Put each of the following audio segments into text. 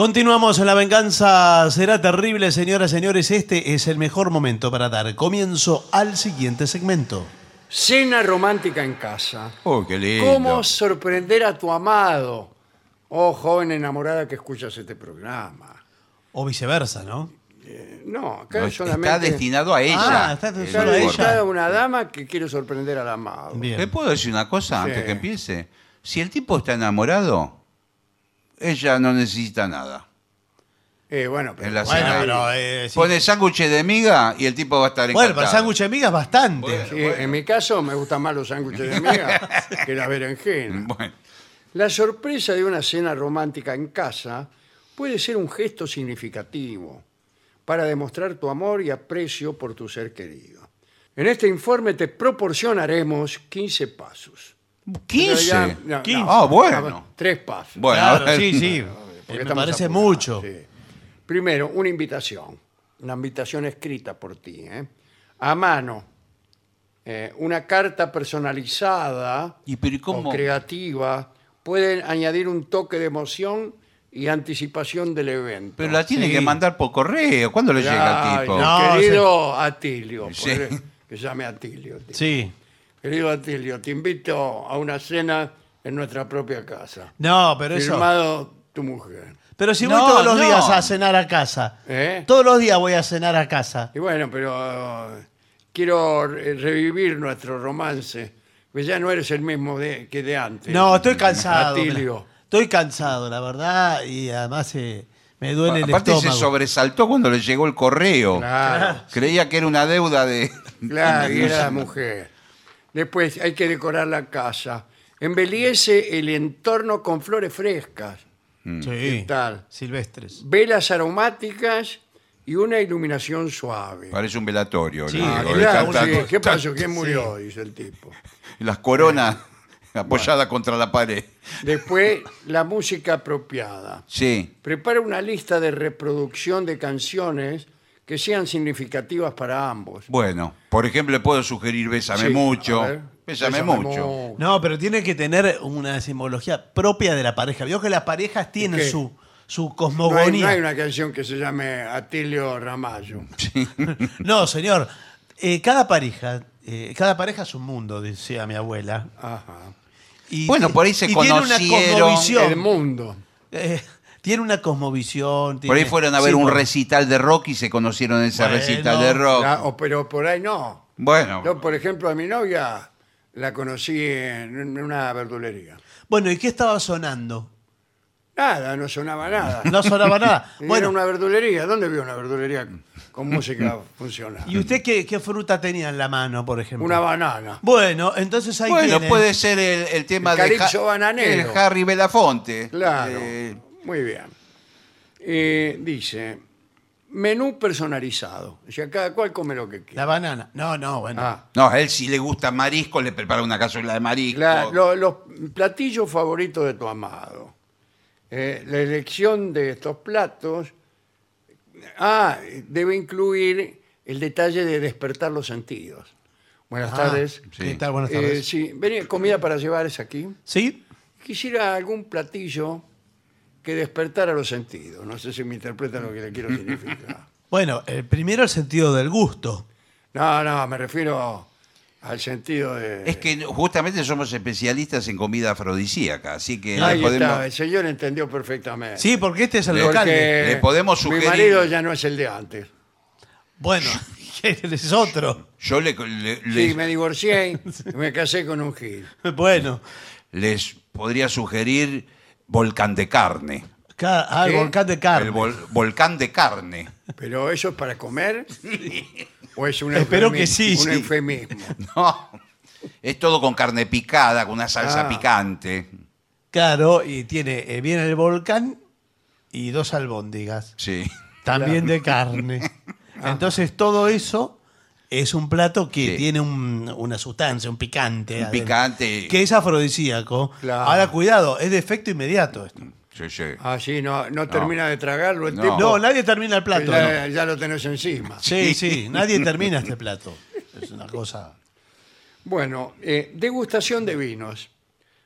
Continuamos en la venganza. Será terrible, señoras, señores. Este es el mejor momento para dar comienzo al siguiente segmento. Cena romántica en casa. Oh, qué lindo. ¿Cómo sorprender a tu amado? Oh, joven enamorada que escuchas este programa. O viceversa, ¿no? No, acá No, solamente... Está destinado a ella. Eh, Ah, está solo a el Está ella. gordo. dedicada a una dama que quiere sorprender al amado. Bien. ¿Le puedo decir una cosa antes Sí. que empiece? Si el tipo está enamorado, ella no necesita nada. Eh, bueno, pero, En la Bueno, cena. pero, eh, sí. Pone sándwiches de miga y el tipo va a estar Bueno, encantado. para sándwich de migas bastante. Sí, en mi caso me gustan más los sándwiches de miga que las berenjenas. Bueno, La sorpresa de una cena romántica en casa puede ser un gesto significativo para demostrar tu amor y aprecio por tu ser querido. En este informe te proporcionaremos 15 pasos. Pero 15. ya- no, no, 15. Ah, bueno. Tres pasos. Bueno, Claro, a ver. sí, sí. porque Eh, Me estamos parece apurados, mucho. sí. Primero, una invitación. Una invitación escrita por ti. ¿eh? A mano. Eh, una carta personalizada ¿Y pero ¿y o cómo? creativa pueden añadir un toque de emoción y anticipación del evento. Pero la tiene Sí. que mandar por correo. ¿Cuándo le llega al Ay, tipo? No, querido Atilio, Sí. ponle- que llame Atilio. tío. Sí. Querido Atilio, te invito a una cena en nuestra propia casa. No, pero eso. Firmado tu mujer. Pero si No, voy todos los no. días a cenar a casa. ¿Eh? Todos los días voy a cenar a casa. Y bueno, pero eh, quiero eh, revivir nuestro romance, que ya no eres el mismo de- que de antes. No, estoy cansado. Atilio. mira. Estoy cansado, la verdad, y además eh, me duele el Aparte se estómago. sobresaltó cuando le llegó el correo. Claro, Creía que era una deuda de... claro, y era la mujer. Después hay que decorar la casa. Embellece el entorno con flores frescas, Sí. ¿Qué tal? Silvestres. velas aromáticas y una iluminación suave. Parece un velatorio. Sí, le digo, Ah, de claro, tanta- sí, ¿Qué pasó? ¿Quién murió? Dice el tipo. Las coronas apoyadas contra la pared. Después, la música apropiada. Sí. Prepara una lista de reproducción de canciones que sean significativas para ambos. Bueno, por ejemplo, le puedo sugerir Bésame Sí, mucho. a ver. Bésame, mucho. No, pero tiene que tener una simbología propia de la pareja. Vio que las parejas tienen ¿Qué? su, su No hay, no cosmogonía. hay una canción que se llame Atilio Ramallo. No, señor. Eh, cada pareja, eh, cada pareja es un mundo, decía mi abuela. Ajá. Y- Bueno, por ahí se y tiene una conocieron. cosmovisión. El mundo. Eh, tiene una cosmovisión. Por ahí tiene- fueron a ver sí, un no. recital de rock y se conocieron en ese Bueno. recital de rock. La- o- pero por ahí no. Bueno, Yo, por ejemplo, a mi novia la conocí en en una verdulería. Bueno, ¿y qué estaba sonando? Nada, no sonaba nada. No sonaba nada. Era Bueno, una verdulería. ¿Dónde vio una verdulería con música funcional? ¿y usted qué, qué fruta tenía en la mano, por ejemplo? Una banana. Bueno, entonces ahí bueno tiene. puede ser el, el tema El de calipso bananero. el Harry Belafonte. Claro. Eh, Muy bien. Eh, dice, menú personalizado. O sea, cada cual come lo que quiera. La banana. No, no, bueno. Ah, no, a él si le gusta marisco, le prepara una cazuela de marisco. la- lo- los platillos favoritos de tu amado. Eh, la elección de estos platos. Ah, debe incluir el detalle de despertar los sentidos. Buenas Ah, tardes. ¿Qué Sí. tal? Buenas Eh, tardes. sí, vení, comida para llevar es aquí. ¿Sí? Quisiera algún platillo que despertara los sentidos. No sé si me interpreta lo que le quiero significar. Bueno, eh, primero el sentido del gusto. No, no, me refiero al sentido de... Es que justamente somos especialistas en comida afrodisíaca, así que Ahí le podemos, está, el señor entendió perfectamente. Sí, porque este es el Le- local. Porque Le podemos Mi sugerir- marido ya no es el de antes. Bueno, este es otro. yo le- le- Sí, les, me divorcié y me casé con un gil. Bueno, les podría sugerir volcán de carne. ca- ah, el ¿Qué? volcán de carne. El vol- volcán de carne. ¿Pero eso es para comer? ¿O es un Espero eufemismo? que sí, Un sí. eufemismo. No, es todo con carne picada, con una salsa Ah. picante. Claro, y tiene, eh, viene el volcán y dos albóndigas. Sí. También de carne. Entonces todo eso es un plato que Sí. tiene un- una sustancia, un picante. adentro, picante. Que es afrodisíaco. Claro. Ahora, cuidado, es de efecto inmediato esto. Sí, sí. Ah, sí, no, no termina de tragarlo el No. tipo. No, nadie termina el plato. ¿no? ya, ya lo tenés encima. Sí, sí, nadie termina este plato. Es una cosa. Bueno, eh, degustación de vinos.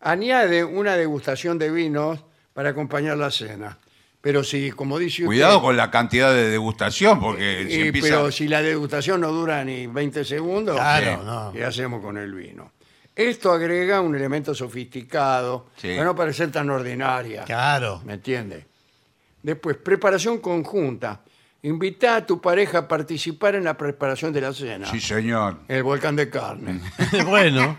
Añade una degustación de vinos para acompañar la cena. Pero si, como dice usted... Cuidado con la cantidad de degustación, porque si Y, empieza. Pero si la degustación no dura ni 20 segundos, Claro, ¿qué, no. qué hacemos con el vino? Esto agrega un elemento sofisticado Sí. para no parecer tan ordinaria. Claro. ¿Me entiende? Después, preparación conjunta. Invita a tu pareja a participar en la preparación de la cena. Sí, Mm. señor. El volcán de carne. bueno.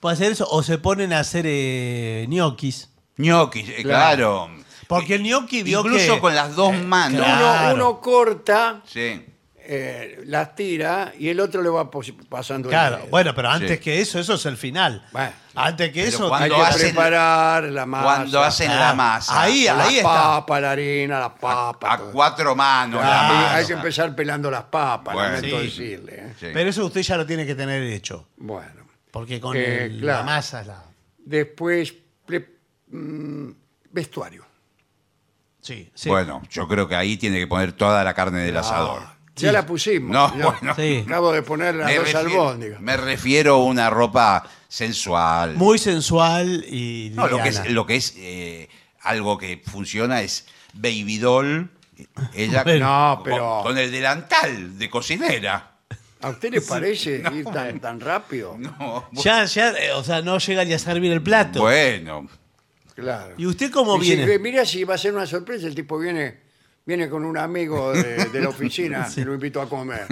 Puede hacer eso. O se ponen a hacer eh, gnocchis. Gnocchi, eh, claro. Porque el gnocchi vio Incluso que- Eh, con las dos manos. claro. Uno, uno corta, Sí. eh, las tira y el otro le va pos- pasando el Claro, dedo. bueno, pero antes Sí. que eso, eso es el final. Bueno. antes que Pero eso, Hay cuando que hacen- preparar la masa. Cuando hacen la claro. masa. Ah, Ahí, la ahí está. papa, la harina, la papa. A todo. cuatro manos. Ah, la Hay masa. que empezar pelando las papas, Bueno. lamento Sí. decirle. ¿eh? Sí. pero eso usted ya lo tiene que tener hecho. Bueno. Porque con Eh, el- claro. la masa, la- Después, pre- mm, vestuario. Sí, Ah, sí. Bueno, yo creo que ahí tiene que poner toda la carne del asador. Ah, Ya la pusimos. No, ya. bueno. Sí. Acabo de poner las dos albóndigas. me refiero a una ropa sensual. Muy sensual y. No, lo que liviana. es, lo que es eh, algo que funciona es Baby Doll. Ella Bueno. No, con- pero- con, el delantal de cocinera. ¿A usted le parece ir tan, tan rápido? No, bu- Ya, ya, eh, o sea, no llega ni a servir el plato. bueno, Claro. ¿Y usted cómo Y si- viene? mirá si va a ser una sorpresa, el tipo viene, viene con un amigo de, de la oficina que lo invito a comer.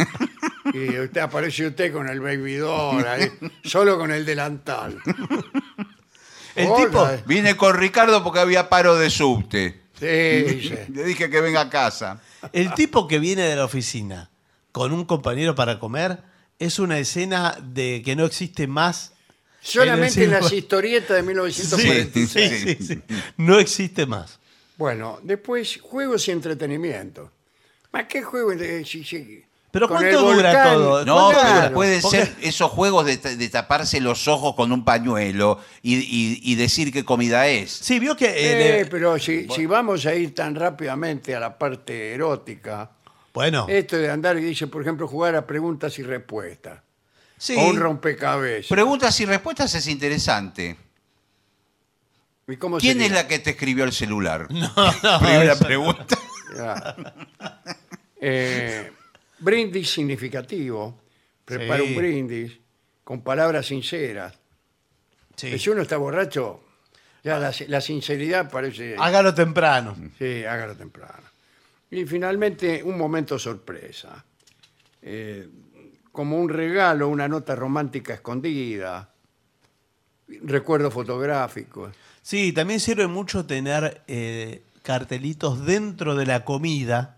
Y usted aparece usted con el baby doll ahí, solo con el delantal. El Hola. tipo. vine con Ricardo porque había paro de subte. Sí, dice. Le dije que venga a casa. El tipo que viene de la oficina con un compañero para comer es una escena de que no existe más. Solamente en siglo- las historietas de 1940. sí, sí, sí, sí. No existe más. Bueno, después juegos y entretenimiento. ¿Más qué juego? Eh, sí, sí. Pero Con el ¿cuánto dura volcán. Eh, todo? No, Claro. pero pueden Porque- ser esos juegos de, ta- de taparse los ojos con un pañuelo y, y- y decir qué comida es. Sí, vio que. eh, Eh, de- pero si, si vamos a ir tan rápidamente a la parte erótica, Bueno. esto de andar y dice, por ejemplo, jugar a preguntas y respuestas, sí. o un rompecabezas. Preguntas y respuestas es interesante. ¿Y cómo ¿Quién sería? es la que te escribió el celular? no, Primera eso no. pregunta. Ah. Eh, brindis significativo, prepara Sí. un brindis con palabras sinceras. Sí. Si uno está borracho, ya la, la sinceridad parece... Hágalo temprano. Sí, hágalo temprano. Y finalmente, un momento sorpresa. Eh, como un regalo, una nota romántica escondida, recuerdos fotográficos. Sí, también sirve mucho tener eh, cartelitos dentro de la comida.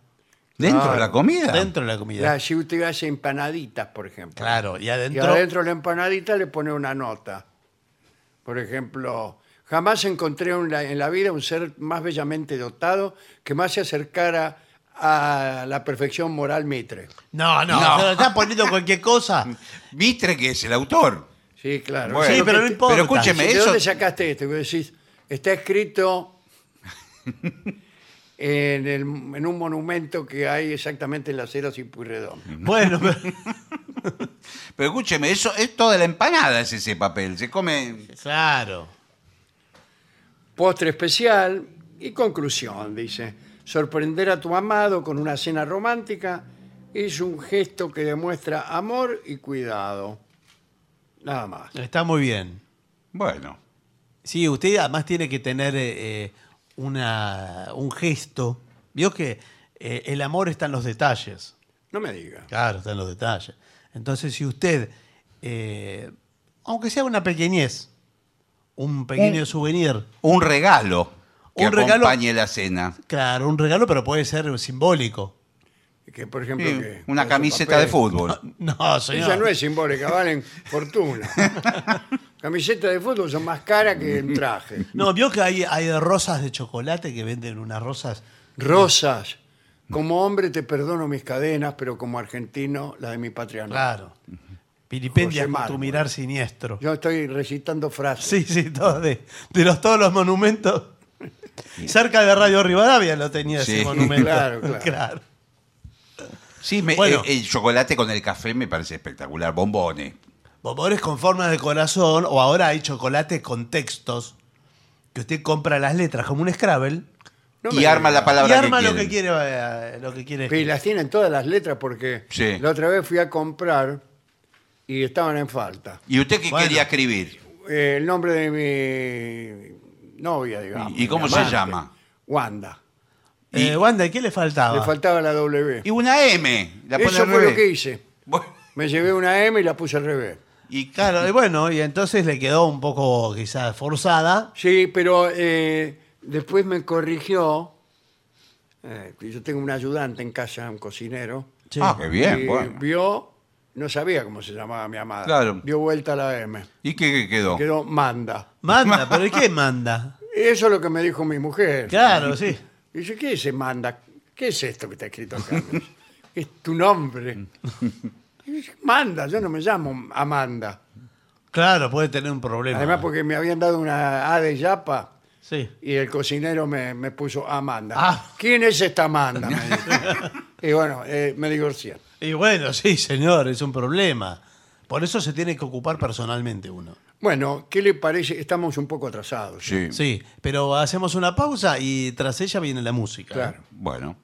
¿Dentro Claro. de la comida? Dentro de la comida. La, si usted hace empanaditas, por ejemplo. Claro, y Y adentro. adentro de la empanadita le pone una nota. Por ejemplo, jamás encontré un la- en la vida un ser más bellamente dotado que más se acercara a la perfección moral mitre. No, no, No. se lo está poniendo cualquier cosa. Mitre, que es el autor. Sí, claro. Bueno. sí, pero no que- importa. Pero escúcheme, ¿De eso- dónde sacaste esto? Y vos decís, está escrito en, el- en un monumento que hay exactamente en las Heras y Puyredón. Bueno, pero- Pero escúcheme, eso es toda la empanada, es ese papel. Se come. claro. Postre especial y conclusión, dice. Sorprender a tu amado con una cena romántica es un gesto que demuestra amor y cuidado. Nada más. Está muy bien. Bueno, Sí, usted además tiene que tener eh, eh, una, un gesto. Vio que eh, el amor está en los detalles. No me diga. Claro, está en los detalles. Entonces, si usted, eh, aunque sea una pequeñez, un pequeño souvenir, un regalo que Un regalo- acompañe la cena. claro, un regalo, pero puede ser simbólico. Que, por ejemplo, Sí, que- una que camiseta papel. de fútbol. No, Esa señor. no es simbólica, valen fortuna. Camisetas de fútbol son más caras que el traje. No, vio que hay, hay rosas de chocolate que venden unas rosas. Rosas. Como hombre te perdono mis cadenas, pero como argentino la de mi patria no. Claro. Vilipendias con José tu Mármol. mirar siniestro. Yo estoy recitando frases. Sí, sí, todo de, de los, todos los monumentos. Cerca de Radio Rivadavia lo tenía Sí. ese monumento. Claro, claro. Sí, me- Bueno. eh, el, chocolate con el café me parece espectacular. Bombones. Bombones con formas de corazón, o ahora hay chocolates con textos que usted compra las letras como un Scrabble. No me y arma diga. la palabra y arma que lo que quieren. quiere. eh, Lo que quiere Y las tienen todas las letras porque Sí. la otra vez fui a comprar y estaban en falta. ¿Y usted qué Bueno. quería escribir? Eh, el nombre de mi novia, digamos. ¿Y cómo mi se amante, llama? Wanda. Eh, Wanda, ¿qué le faltaba? Le faltaba la W. Y una M. La pone Eso al fue lo revés. que hice. Bueno, Me llevé una M y la puse al revés. y claro, Claro, y bueno, y entonces le quedó un poco quizás forzada. Sí, pero eh, después me corrigió. eh, yo tengo un ayudante en casa, un cocinero. Sí. Ah, qué bien, y bueno. Vio, no sabía cómo se llamaba mi amada. Claro. Oh. Dio vuelta a la M. ¿Y qué, qué quedó? Quedó Manda. Manda, pero ¿y qué manda? Eso es lo que me dijo mi mujer. Claro, sí. Dice, ¿qué se manda? ¿Qué es esto que está escrito acá? es tu nombre. Y dice, Manda, yo no me llamo Amanda. Claro, puede tener un problema. Además porque me habían dado una A de yapa Sí. y el cocinero me, me puso Amanda. Ah. ¿Quién es esta Amanda? Me dijo. y bueno, eh, me divorcié. Y bueno, sí, señor, es un problema. Por eso se tiene que ocupar personalmente uno. Bueno, ¿qué le parece? Estamos un poco atrasados. Sí. Sí, pero hacemos una pausa y tras ella viene la música. ¿eh? Claro. Bueno.